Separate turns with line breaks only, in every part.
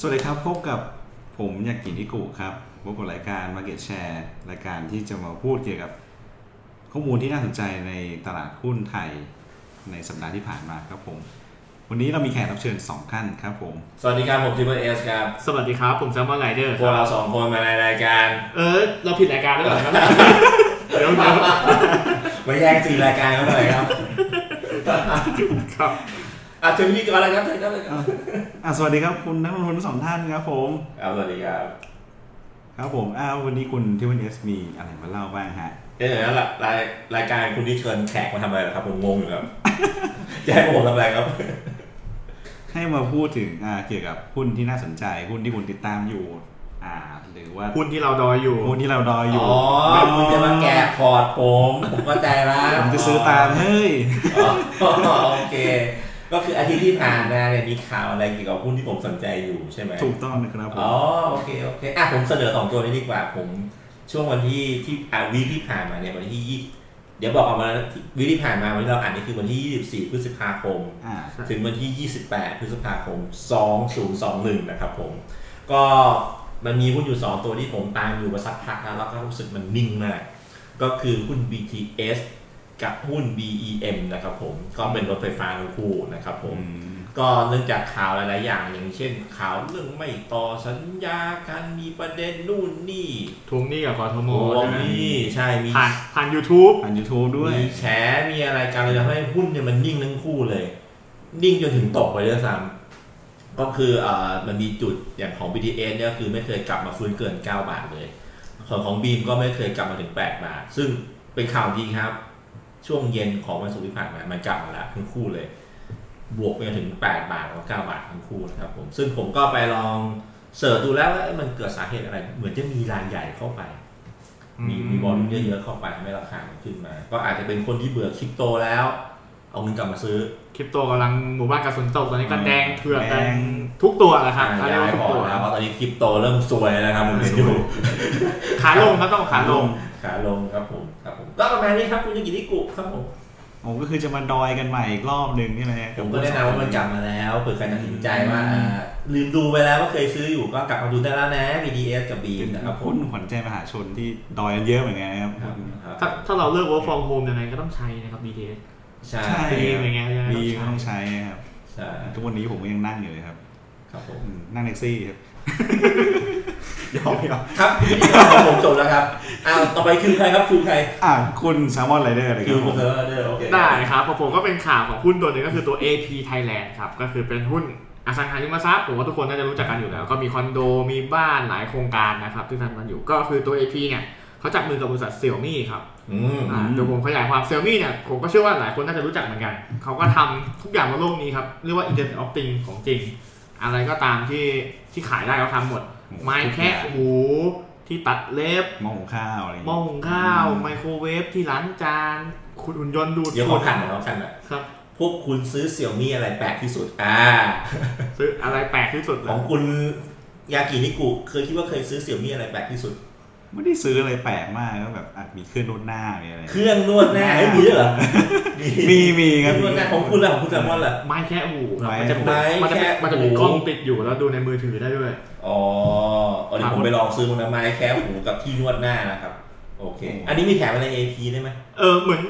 สวัสดีครับ พบกับผมยากินิกุครับพบกับรายการ Market Share รายการที่จะมาพูดเกี่ยวกับข้อมูลที่น่าสนใจในตลาดหุ้นไทยในสัปดาห์ที่ผ่านมาครับผม วันนี้เรามีแขกรับเชิญ 2 ท่านครับผม
สวัสดีครับ ผมทีมเอสครับ
สวัสดีครับ ผมแซมมอนไลเดอร์
พวกเราสองคนมาในรายการ
เออ เราผิดรายการแล้วเหรอครับ เดี๋ยวเดี๋ยว
มาแยกสี่รายการกันเลยครับ
ครับ
อ่ะเชิญพธี่ก่อนเลยครับเชิญครับเลยครับ
อ่ะสวัสดีครับคุณนักลงทุนทั้งสองท่านครับผม
ครับสวัสดีครับ
ครับผมอ้าววันนี้คุณทิวันเอสมีอะไรมาเล่าบ้างฮะ
เอ๊ะเดี๋ยวนะรายรายการคุณที่เชิญแขกมาทำอะไรเหรอครับผมงงอยู่ครับ จะให้ผมทำอะไรครับ
ให้มาพูดถึงอ่าเกี่ยวกับหุ้นที่น่าสนใจหุ้นที่คุณติดตามอยู่อ่าหรือว่า
หุ้นที่เราดอยอยู่
หุ้นที่เราดอยอยู่
อ๋อคุณจะมาแกะพอร์ตผมผมเข้าใจละ
ผมจะซื้อตามเฮ้ย
อ๋อโอเค ก็คืออาทิตย์ที่ผ่านมาเนี่ยมีข่าวอะไรเกี่ยวกับหุ้นที่ผมสนใจอยู่ใช่ไหม
ถูกต้องนะครับผม
อ๋อโอเคโอเคอ่ะผมเสนอสองตัวนี้ดีกว่า ผมช่วงวันที่ที่อ่าวีคที่ผ่านมาเนี่ยวันที่ยี่เดี๋ยวบอกออกมาวีคที่ผ่านมาวันที่เราอ่านนี่คือวันที่ 24 พฤษภาคม
อ่า
ถึงวันที่ 28 พฤษภาคม 2021 นะครับผม ก็มันมีหุ้นอยู่ 2 ตัวที่ผมตามอยู่มาสักพักแล้วแล้วก็รู้สึกมันนิ่งมาก ก็คือหุ้น BTS กับหุ้น BEM นะครับผม ก็เป็นรถไฟฟ้าทั้งคู่นะครับผม
อืม
ก็เนื่องจากข่าวหลายๆ อย่างอย่างเช่นข่าวเรื่องไม่ต่อสัญญาการมีประเด็นนู่นนี่
ทวงหนี้กับกทม
โอ้
นะ
นี่ใช่ มี
ผ่านผ่าน YouTube
ผ่าน YouTube ด้วย
มีแฉ มีอะไรกันเลยทำให้หุ้นเนี่ยมันนิ่งทั้งคู่เลย นิ่งจนถึงตกไปด้วยซ้ำก็คือเอ่อมันมีจุดอย่างของ BTS เนี่ยคือไม่เคยกลับมาฟื้นเกิน 9 บาทเลย ส่วนของบีมก็ไม่เคยกลับมาถึง 8 บาท ซึ่งเป็นข่าวดีครับ ช่วงเย็นของวันศุกร์ที่ผ่านมามันกลับมาแล้วทั้งคู่เลย บวกไปจนถึง 8 บาทกับ9บาททั้งคู่นะครับผมซึ่งผมก็ไปลองเสิร์ชดูแล้วว่าเอ้ยมันเกิดสาเหตุอะไร เหมือนจะมีรายใหญ่เข้าไป มีมีบอลเยอะๆเข้าไปทำให้ราคามันขึ้นมา ก็อาจจะเป็นคนที่เบื่อคริปโตแล้ว เอาเงินกลับมาซื้อ
คริปโตกำลังหมู่บ้านกระสุนตกตอนนี้ก็
อืม
แดงเถื่อน
แดง
ทุกตัวแหละครับ
อ่า
เขาเรียก
ย้า
ว่าย ทุ
พ
ก
อ
ตัว
แล้วเพราะตอนนี้คริปโตเริ่มซวยแล้วนะครับผมเห็นอ
ซวย
ยู่
ขาลงครับต้องขาลง
ขาลงครับผมครับผม ก็ประมาณนี้ครับคุณยูกิริกุครับผม
ผมก็คือจะมาดอยกันใหม่อีกรอบหนึ่งใช่ไหม
ผมก็แนะนำว่ามันกลับมาแล้วเผื่อใครตัดสินใจว่าอ่าลืมดูไปแล้วว่าเคยซื้ออยู่ก็กลับมาดูได้แล้วนะ BDS กับ B
เป็น
นะครับผม
หุ้นขวัญใจมหาชนที่ดอยกันเยอะเหมือนกันนะครับ
ครับ
ถ้าถ้าเราเลิก work from home ยังไงก็ต้องใช้นะครับ BTS
ใช่
ใช่
ดีเหมือนกันนะ
ดีก็ต้องใช้ครับ
ใช่
ทุกวันนี้ผมก็ยังนั่งอยู่เลยครับ
ครับผม
อืมนั่งแท็กซี่ ครับ ยอมยอม
ครับวิธีการของผมจบแล้วครับอ้าวต่อไปคือใครครับคือใคร
อ่ะคุณแซลมอนไรเดอร์เลยค
คิ
รั
ว
บผม
เธอเด้อโอเค
ได้ครับของผมก็เป็นข่าวของหุ้นตัวหนึงก็คือตัว AP Thailand ครับ ก็คือเป็นหุ้นอสังหาริมทรัพย์ผมว่าทุกคนน่าจะรู้จักกันอยู่แล้ว ก็มีคอนโดมีบ้านหลายโครงการนะครับที่ทำกันอยู่ก็คือตัว AP เนี่ยเขาจับมือกับบริษัทเซี่ยมี่ครับ
อืม
อ่าเดี๋ยวผมขยายความเซี่ยมี่เนี่ยผมก็เชื่อว่าหลายคนน่าจะรู้จักเหมือนกัน เขาก็ทำทุกอย่างบนโลกนี้ครับ เรียกว่า Internet of Things ของจริง อะไรก็ตามที่ที่ขายได้เขาทำหมด ไม้แคะหูที่ตัดเล็บ
หม้อหุงข้าวอะไรอย่าง
หม้อ
เงี้ย
หุงข้าว ไมโครเวฟที่ล้างจานคุณหุ่นยนต์ดูด
เดี๋ยว
ฝุ่
เขา
น
ขันหน่อยเขาขันหน่อย
ครับ
พวกคุณซื้อเสี่ยวมี่อะไรแปลกที่สุด อ่า
ซื้ออะไรแปลกที่สุดเหร
ข
อ
องคุณยากินิกุเคยคิดว่าเคยซื้อเสี่ยวมี่อะไรแปลกที่สุด
ไม่ได้ซื้ออะไรแปลกมากก็แบบอาจมีเครื่องนวดหน้ามีอะไร
เครื่องนวดหน้าเฮ้ยมีด้วยเหรอ
มีมี
เค
ครั
รื่อบ งนวดหน้าของคุณล่ะของคุณแซมมอนล่ะ
ไม้แค่หูครับ
ไม้
มันจะ
ไม้
มันจะ
แค่
มันจะมี
หู
กล้องติดอยู่แล้วดูในมือถือได้ด้วย
อ๋อเอาเดี๋ยวผมไปลองซื้อมันนะไม้แคะหูกับที่นวดหน้านะครับ โอเค อันนี้มีแถมอะไร AP ได้ไหม
เออเหมือน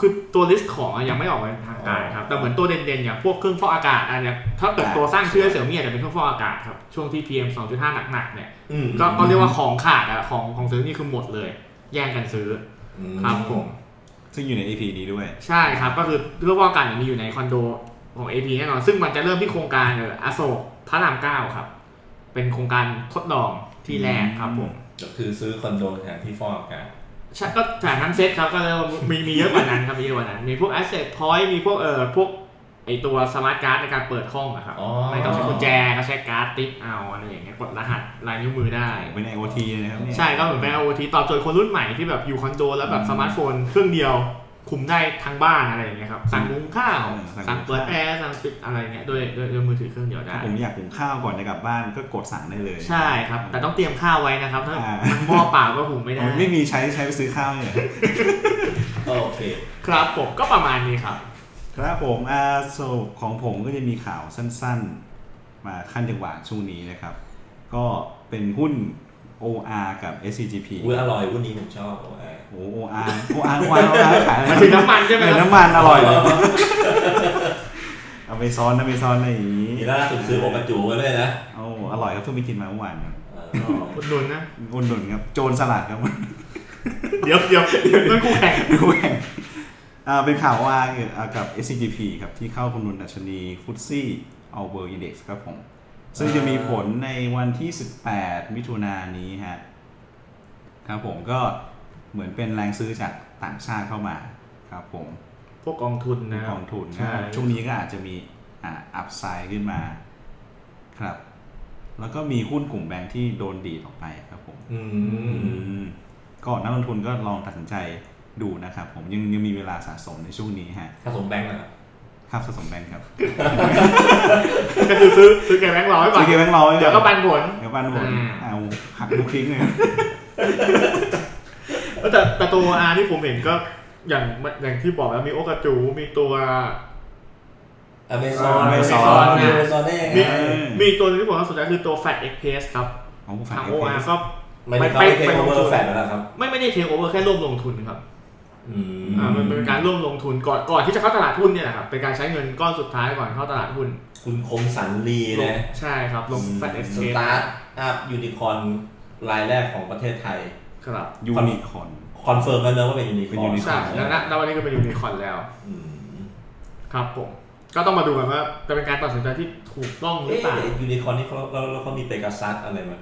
คือตัวลิสต์ของอะยังไม่ออกมาเป็นทางการครับ แต่เหมือนตัวเด่นๆอย่างพวกเครื่องฟอกอากาศอันเนี้ยถ้าเกิดตัวสร้างเชื้อเสี่ยมี่อาจจะเป็นเครื่องฟอกอากาศครับ ช่วงที่ PM 2.5 หนักๆเนี่ย
อืม
ก็ก็เรียกว่าของขาดอะของของซื้อนี่คือหมดเลย แย่งกันซื้อ
อืม
ครับผม
ซึ่งอยู่ใน EP นี้ด้วย
ใช่ครับ ก็คือเครื่องฟอกอากาศเนี่ยมีอยู่ในคอนโดของ AP แน่นอนซึ่งมันจะเริ่มที่โครงการเอออโศกพระรามเก้าครับ เป็นโครงการทดลองที่แรกครับผม
ก็คือซื้อคอนโดแถมที่ฟอกอากาศ
ใช่ก็จากนั้นเซตครับก็เรียกว่ามีมีเยอะกว่านั้นครับมีเยอะกว่านั้น มีพวก asset point มีพวกเอ่อพวกไอตัวสมาร์ทการ์ดในการเปิดห้องอะครับ
อ๋อ
ไม่ต้องใช้กุญแจก็ใช้การ์ดติ๊กเอาอะไรอย่างเงี้ยกดรหัสลายนิ้วมือได้
เป็นไอโอทีนะครับเนี่ย
ใช่ก็เหมือนเป็น IoT ตอบโจทย์คนรุ่นใหม่ที่แบบอยู่คอนโดแล้วแบบสมาร์ทโฟนเครื่องเดียวคุมได้ทั้งบ้านอะไรอย่างเงี้ยครับสั่งมุงข้าวสั่งเปิดแอร์สั่งปิดอะไรเงี้ยด้วยด้วยด้วยมือถือเครื่องเดียวได้
ถ้าผมอยากหุงข้าวก่อนจะกลับบ้านก็กดสั่งได้เลย
ใช่ครับ แต่ต้องเตรียมข้าวไว้นะครับถ้า
อ่า
มันหม้อเปล่าก็หุงไม่ได้
ผมไม่มีใช้ใช้ไปซื้อข้าวเนี่ย
โอเค
ครับผมก็ประมาณนี้ครับ
ครับผมอาสรุปของผมก็จะมีข่าวสั้น ๆ มาขั้นจังหวะช่วงนี้นะครับ ก็เป็นหุ้น OR กับ SCGP
อุ้ยอร่อยหุ้นนี้ผมชอบโอ้ย
โอ้ OR OR OR ขายอะ
ห
ไร
มายถึงน้ำมันใช่ไหม
เดี๋ยว
ครับ
น้ำมันอร่อยเลยเอาไปซ้อนนะไปซ้อนอะไรอย่างนี้
นี่ล่าสุดซื้อโอกระจูมาเลยนะ
โอ้อร่อยครับเพิ่งไปกินมาเมื่อวานครับ
เออ
อุดหนุนนะ
อุดหนุนครับโจรสลัดครับ
เดี๋ยวเดี๋ยวเดี๋ยวนั่นคู่แข่ง
ดูแข่ง อ่าเป็นข่าวว่าเกี่ยวอ่ากับ SCGP ครับ ที่เข้าคำนวณดัชนีฟุตซี่เอาเบอร์อินเด็กซ์ครับผม ซึ่งจะมีผลในวันที่ 18 มิถุนายนนี้ฮะ ครับผมก็เหมือนเป็นแรงซื้อจากต่างชาติเข้ามา ครับผม
พวกกองทุนนะค
ก
รับ
องทุน
ใช่
นะช่วงนี้ก็อาจจะมีอ่าอัพไซด์ขึ้นมาครับ แล้วก็มีหุ้นกลุ่มแบงค์ที่โดนดีดออกไปครับผม
อืม
ก็นักลงทุนก็ลองตัดสินใจดูนะครับผมยังยังมีเวลาสะสมในช่วงนี้ฮะ
ผสมแบงค์นะครับ
ครับสะสมแบงค์ครับ
ก็คือซื้อซื้อแกงแบงค์ร้อยก่อ
โอน เคแบงค์ร้อย
เดี๋ยวก็ปันผล
เดี๋ยวปันผล
อ่า
เอาหักบุคลิกเลย
แต่แต่ตัวอาที่ผมเห็นก็อย่างอย่างที่บอกแล้วมีโอกาจูมีตัว
อเมซอน
อ่า Amazon
อ
นะ
เมซอนได้ยัง
มี
ไง
มีตัวที่ผมว่าสนใจคือตัวแฟตเอ็กเพสครับ
เอาผู้ฝาก
ทาง
เอ
โอ
ฟเอ
อา
ส
ก็
ไม่ได้เข้าไปเทค
ไปไป
โอเวอ
ลงทุน
ร์แฟนแล้วนะครับ
ไม่ไม่ได้เทคโอเวอร์แค่ร่วมลงทุนครับ
อืม
อ่ามันเป็นการร่วมลงทุนก่อนก่อนที่จะเข้าตลาดหุ้นเนี่ยแหละครับเป็นการใช้เงินก้อนสุดท้ายก่อนเข้าตลาดหุ้น
คุณคมสันลีนะ
ใช่ครับลงแฟตเอ็กเพ
ส
ส
ตาร์ทอัพยูนิคอร์นรายแรกของประเทศไทย
ครับ
ยูนิคอน
คอนเฟิร์มแล้วเนอะว่าเป็นยูนิค
เป็น
อร์น
unicorn
ใช่แล้วนะแล้ววันนี้ก็เป็นยูนิคอร์นแล้ว
อืม
ครับผม ก็ต้องมาดูกันว่าจะเป็นการตัดสินใจที่ถูกต้องหรือ
เอ๊ะ
เปล่า
ยูนิคอร์นนี่เขาเราเราเขามีเปกาซัสอะไรมั้ย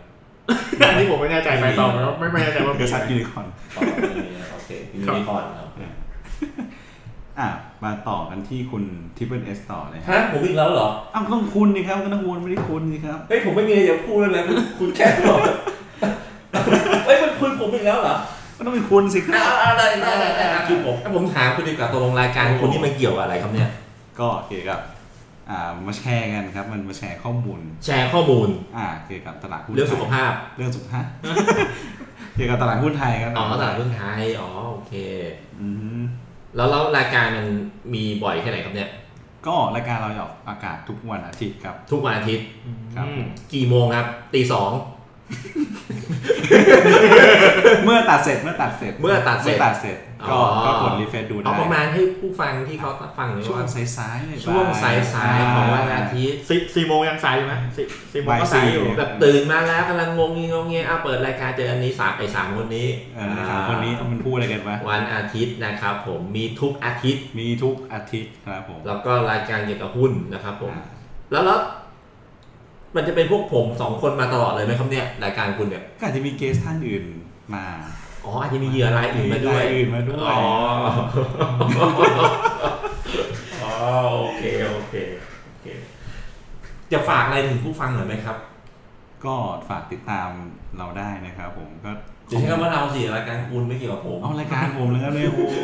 อันนี้ผมไม่แน่ใจไปต่อไหมว่าไม่ไม่แน่ใจว่ามี
กษัตริย์ยูนิคอน
ต่อไปนี้นะโอเคยูนิคอร์นครับ
อ่ะมาต่อกันที่คุณทิปเปิลเอสต่อเลยฮะ
ฮะผมอีกแล้วเหรอ
อ้าวต้องคุณนี่ครับก็ต้องวนไม่ได้คุณสิครับ
เฮ้ยผมไม่มีอะไรจะพูดแล้วนะคุณคุณแค่บอกเฮ้ยมันคุณผมอีกแล้วเหรอ
ก็ต้องเป็นคุณสิครับ
เอาเอาได้ได้ได้ได้คือผมอ่ะผมถามคุณดีกว่าตกลงรายการคุณนี่มันเกี่ยวกับอะไรครับเนี่ย
ก็เกี่ยวกับอ่ามาแชร์กันครับ มันมาแชร์ข้อมูล
แชร์ข้อมูล
อ่าเกี่ยวกับตลาดหุ้น
เรื่องสุขภาพ
เรื่องสุขภาพ เกี่ยวกับตลาดหุ้นไทยครับ
อ๋อตลาดหุ้นไทย อ๋อ โอเค
อืม
แล้วแล้วรายการมันมีบ่อยแค่ไหนครับเนี่ย
ก็รายการเราจะออกอากาศทุกวันอาทิตย์ครับ
ทุกวันอาทิตย์
ครับ
อืม
กี่โมงครับ ตีสอง
เมื่อตัดเสร็จเมื่อตัดเสร็จ
เมื่อตัดเสร็จ
มื่อตัดเสร็จ ก็
อ๋อ
ก็กดรีเฟรชดูได้
เอาประมาณให้ผู้ฟังที่เขาฟังเลย
ช่วง
ว่า
สายๆบ่ายๆ
ช่วงสายๆของวันอาทิตย์
สี่สี่โมงยังสายอยู่ไหมสี่สี่โมงก็สายอยู่
แบบตื่นมาแล้วกำลังงงงงงเงี้ยเอาเปิดรายการเจออันนี้สามไอสามคนนี้
เออสามคนนี้มันพูดอะไรกันวะ
วันอาทิตย์นะครับผมมีทุกอาทิตย์
มีทุกอาทิตย์ครับผม
แล้วก็รายการเกี่ยวกับหุ้นนะครับผม
อ่า
แล้วแล้วมันจะเป็นพวกผมสองคนมาตลอดเลยไหมครับเนี่ยรายการคุณเนี่ย
ก็อาจจะมีเกสท่านอื่นมา
อ๋ออาจจะมีเหยื่อรายอื่นมาด้วย
รอื่นมาด้วย
อ๋อ อ๋อ โอเค โอเค โอเค จะฝากอะไรถึงผู้ฟังหน่อยไหมครับ
ก็ฝากติดตามเราได้นะครับผมก็
จะใช้คำว่าเราสิรายการคุณไม่เกี่ยวกับผม
เอารายการผมเลยครับเนี่ยโอ้โห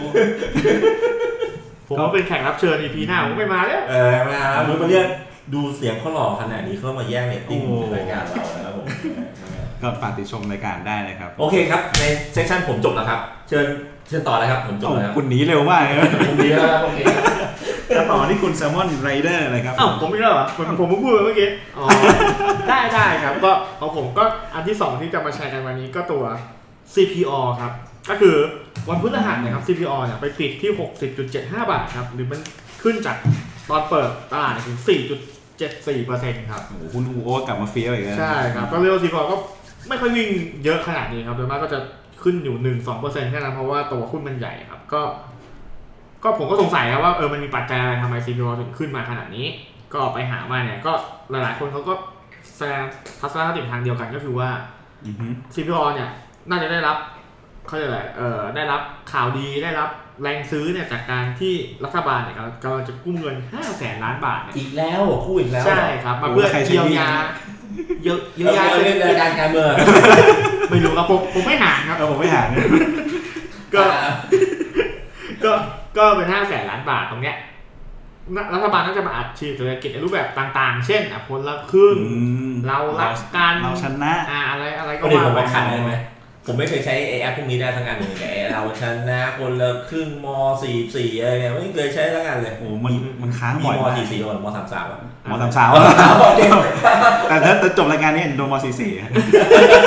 ผมก็เป็นแขกรับเชิญ EP หน้าผมไม่มาแล้ว
เออมาครับรู้มาเรียกดูเสียงเขาหล่อขนาดนี้เขามาแย่งเรตติ้ง
โอ้
รายการเรานะครับผม
ก็ฝากติดชมรายการได้นะครับ
โอเคครับ ในเซสชันผมจบแล้วครับ เชิญเชิญต่อเลยครับ ผมจบ
เอ้า
แล้วครับ
คุณหนีเร็วมากเลยนะ
ผมดีแล้วครับโอเคครับ
แล้วต่อที่คุณแซมมอนไรเดอร์เลยครับ
อ้าวผมไม่ได้เหรอผมผมเพิ่งพูดไปเมื่อกี้อ๋อ ได้ได้ครับ ก็ของผมก็อันที่สองที่จะมาแชร์กันวันนี้ก็ตัว CPO ครับ ก็คือวันพฤหัสนะครับ CPO เนี่ยไปปิดที่ 60.75 บาทครับ หรือมันขึ้นจากตอนเปิดตลาดถึง 4.74%ครับ
โอ้โหคุณอูโอกลับมาเฟี้ยวอีกแล้ว
ใช่ครับ ก็เรียกว่าซีพอก็ไม่ค่อยวิ่งเยอะขนาดนี้ครับโดยมากก็จะขึ้นอยู่หนึ่งสองเปอร์เซ็นต์แค่นั้นเพราะว่าตัวหุ้นมันใหญ่ครับ ก็ ก็ผมก็สงสัยนะว่าเออมันมีปัจจัยอะไรทำไมซีพอถึงขึ้นมาขนาดนี้ ก็ไปหามาเนี่ย ก็หลายๆคนเขาก็แสดงทัศนคติทางเดียวกันก็คือว่า
อือฮึ
CPO เนี่ยน่าจะได้รับเขาเรียกอะไรเออได้รับข่าวดีได้รับแรงซื้อเนี่ยจากการที่รัฐบาลเนี่ยกำลังกำลังจะกู้เงิน5แสนล้านบาทเนี่ย
อีกแล้วเหรอคู่อีกแล้วเหรอ
ใช่ครับมาเพื่อ
โอ้โหใครใช้ห
เยียว
นี้
ยาเยียวเยียวยา
เอาเรื่องรายการการเมือง
ไม่รู้ครับผมผมไม่ห่างครับ
เออผมไม่หาเนี่ย
ก็ก็ก็เป็นห้าแสนล้านบาทตรงเนี้ยน่ะรัฐบาลน่าจะมาอัดฉีดเศรษฐกิจในรูปแบบต่างๆ เช่นอ่ะคนละครึ่ง
อืม
เรารักกัน
เราชนะ
อ่าอะไรอะไรก็
ก็เดี๋ยวผมไป
ว่าไป
ขันได้ไหม ผมไม่เคยใช้ไอแอปพวกนี้ได้ทั้งอันเลยแต่ไอ้เราชนะคนละครึ่งมสี่สี่อะไรเนี่ยไม่เคยใช้ทั้งอันเลย
โอ้มันมันค้าง
มี
บ่อย
ม
มาก
สี่สี่หรือมสามสามอ่ะ
หมอสามสาวแต่ถ้าจะจบรายการนี้โดนมอสี่สี่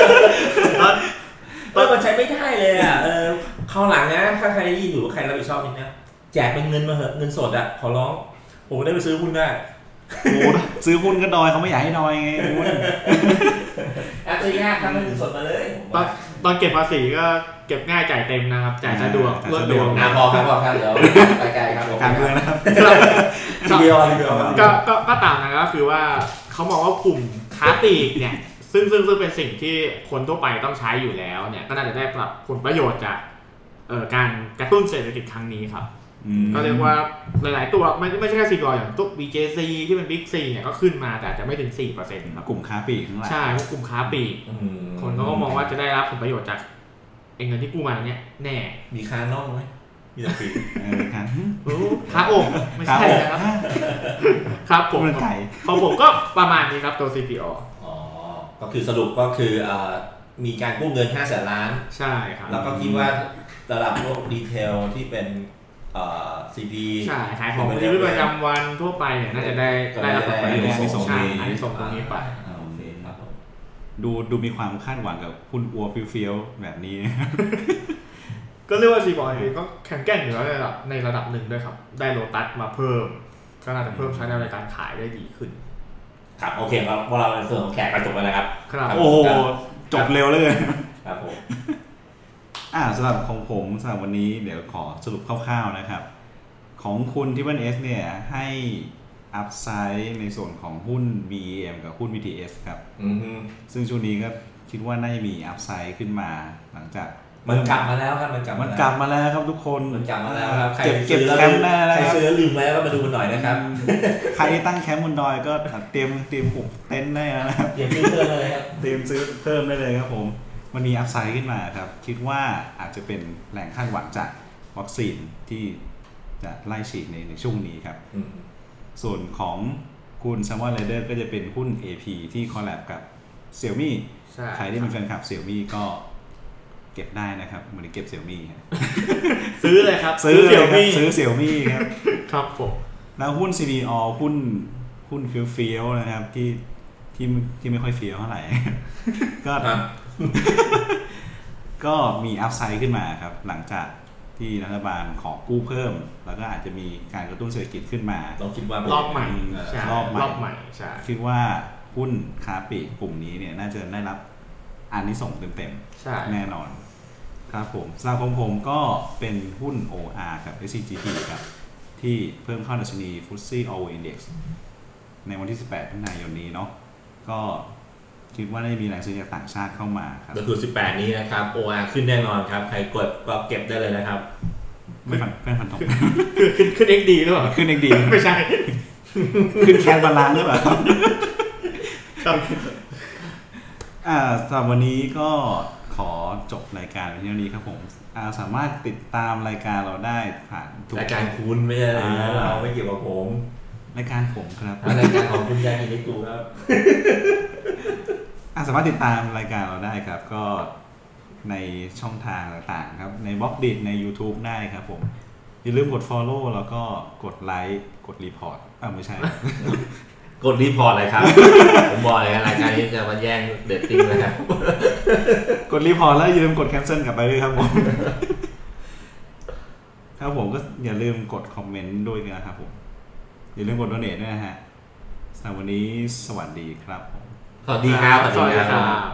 เออมันใช้ไม่ได้เลยอ่ะเออคราวหลังนะถ้าใครได้ยินอยู่ใครรับผิดชอบนี่นะแจกเป็นเงินมาเหอะเงินสดอ่ะขอร้อง ผมได้ไปซื้อหุ้นได้
โอ้ซื้อหุ้นก็ดอยเขาไม่อยากให้ดอยไงหุ้น
แอปซื้อยากทำเงินสดมาเลยผม
ตอ
ว่าน
ตอนเก็บภาษีก็เก็บง่ายจ่ายเต็มนะครับจ่ายสะดวกรวดเร็ว
อ่ะพอครับพอครับเดี๋ยวไปไกลครับผม
การเมืองนะครับ
ทีเดียวทีเดียว
ก็ก็ก็ตามนั้นก็คือว่าเขามองว่ากลุ่มค้าปลีกเนี่ยซึ่งซึ่งซึ่งเป็นสิ่งที่คนทั่วไปต้องใช้อยู่แล้วเนี่ยก็น่าจะได้ปรับผลประโยชน์จากเอ่อการกระตุ้นเศรษฐกิจครั้งนี้ครับ ก็เรียกว่าหลาย ๆ ตัวไม่ไม่ใช่แค่ซีดอยอย่างตุ๊ก BJC ที่เป็น Big C เนี่ยก็ขึ้นมาแต่อาจจะไม่ถึง4%ครับ
กลุ่มค้าปลีกทั้งหลาย
ใช่เพราะกลุ่มค้าปลีก
อืม
คนเขาก็มองว่าจะได้รับผลประโยชน์จากไอ้เงินที่กู้มาเนี่ยแน่
มีค้าน่องไหมมีแต่ปีก
เออครับ
โอ้ค้าอกไม่ใช่ นะครับครับ
ก
ผ
ลุ่
ม
มไก่
ของผมก็ประมาณนี้ครับตัว CPO
อ๋อ ก็คือสรุปก็คือเอ่อมีการกู้เงิน5แสนล้าน
ใช่ครับ
แล้วก็คิดว่าระดับโลกดีเทลที่เป็นเอ่อซีดี
ใช่ขายของที่รูประจำวันทั่วไปเนี่ยน่าจะได้ได้รับผลประโยชน์
ได้ส่ง
ใช่อันนี้ส่งตรงนี้ไป
โอเคครับผม
ดูดูมีความคาดหวังกับคุณอัวฟิวเฟิวๆแบบนี้
ก็เรียกว่าซีบอลเองก็แข็งแกร่งอยู่แล้วในระดับในระดับหนึ่งด้วยครับ ได้โลตัสมาเพิ่ม ก็น่าจะเพิ่มใช้ในการขายได้ดีขึ้น
ครับโอเคครับพวกเราในส่วนของแขกกระจกไปแล้วครับ
ครับ
โอ้โห จบเร็วเหลย
ครับผม
อ่าสำหรับของผมสำหรับวันนี้เดี๋ยวขอสรุปคร่าวๆนะครับ ของคุณที่บันเอสเนี่ย ให้อัพไซด์ในส่วนของหุ้น BEM กับหุ้น BTS ครับ
อือฮึ
ซึ่งช่วงนี้ก็คิดว่าน่าจะมีอัพไซด์ขึ้นมาหลังจาก
มันกลับมาแล้วครับ มันกลับ
มัน
แว
กลับมาแล้วครับทุกคน
มันกลับมาแล้วครับใคร
เก็บเก็บ
ซื้อแล้ว
แคมป์ได้แล้ว
ใคร
ครับ
ซื้อแล้วลืมไว้ก็มาดูกันหน่อยนะครับ
ใครตั้งแคมป์บนดอยก็เตรียมเตรียมหุบเต็นท์ได้แล้วนะครับ
อย่าซื้อเพิ่มเลยครับ
เตรียมซื้อเพิ่มได้เลยครับผม มันมีอัพไซด์ขึ้นมาครับ คิดว่าอาจจะเป็นแหล่งคาดหวังจากวัคซีนที่จะไล่ฉีดในในช่วงนี้ครับ
อืม
ส่วนของคุณซัมมอนเ i เดอร์ก็จะเป็นหุ้น AP ที่คอลแลบกับเซี่ยมี่
ใช่
ใครที่เป็นแฟนคลับเซี่ยมี่ก็เก็บได้นะครับเหมือนเก็บเซี่ยมี่
ซื้อเลยครับ
ซื้อเล
เสี่
ย
ยว
ครับ
มี่
ซื้อเซี่ยมี่ครับ
ครับผม
แล้วหุ้น CBO หุ้นหุ้นเฟี้ยวๆนะครับที่ที่ที่ไม่ค่อยเฟี้ยวเท่า ไหร่ ก็
ครับ
ก็มีอัพไซด์ขึ้นมาครับ หลังจากที่รัฐบาลขอกู้เพิ่ม แล้วก็อาจจะมีการกระตุ้นเศรษฐกิจขึ้นมา
ต้องคิดว่า
รอบใหม่ใช่
รอบใหม่
รอบใหม่ใช่
คิดว่าหุ้นค้าปลีกกลุ่มนี้เนี่ยน่าจะได้รับอันนี้ส่งส์เต็ม
ใช่
ๆแน่นอน ครับผมสำหรับของผมก็เป็นหุ้น OR กับ SCGP ครับ ที่เพิ่มเข้าดัชนี FTSE All World Index ในวันที่ 18พฤศจิกายนนี้เนาะก็คิดว่าได้มีแรงซื้อจากต่างชาติเข้ามาครับ
ก็คือ 18 นี้นะครับ OR ขึ้นแน่นอนครับ ใครกดก็เก็บได้เลยนะครับ
ไม่ฟันไม่ฟันธง
คือขึ้นขึ้นเอ็กดีหรือเปล่า
ขึ้นเองดี
ไม่ใช่
ขึ้นแคนบาลานซ์หรือเปล่าครับ
ครับ
อ่าสำหรับวันนี้ก็ขอจบรายการไว้เที่านี้ครับผมอ่าสามารถติดตามรายการเราได้ผ่านทุก
รายการคุณไม่ใช่อะไรนะ
อ่า
เราไม่เกี่ยวกับผม
รายการผมครับ
รายการของคุณยากินิกูครับ
อ่าสามารถติดตามรายการเราได้ครับ ก็ในช่องทางต่างๆครับ ในบล็อกดิใน YouTube ได้ครับผม อย่าลืมกด Follow แล้วก็กดไลค์กดรีพอร์ตอ่าไม่ใช่
กดรีพอร์ตเลยครับ ผมบอกเลยนะรายการนี้จะมาแย่งเดตติ้งนะครับ
กดรีพอร์ตแล้วอย่าลืมกดแคนเซิลกลับไปด้วยครับผม ครับผมก็อย่าลืมกดคอมเมนต์ด้วยนะครับผม อย่าลืมกดโดเนทด้วยนะฮะสำหรับวันนี้สวัสดีครับผม
สวัสดีครับ
สวัสดีครับ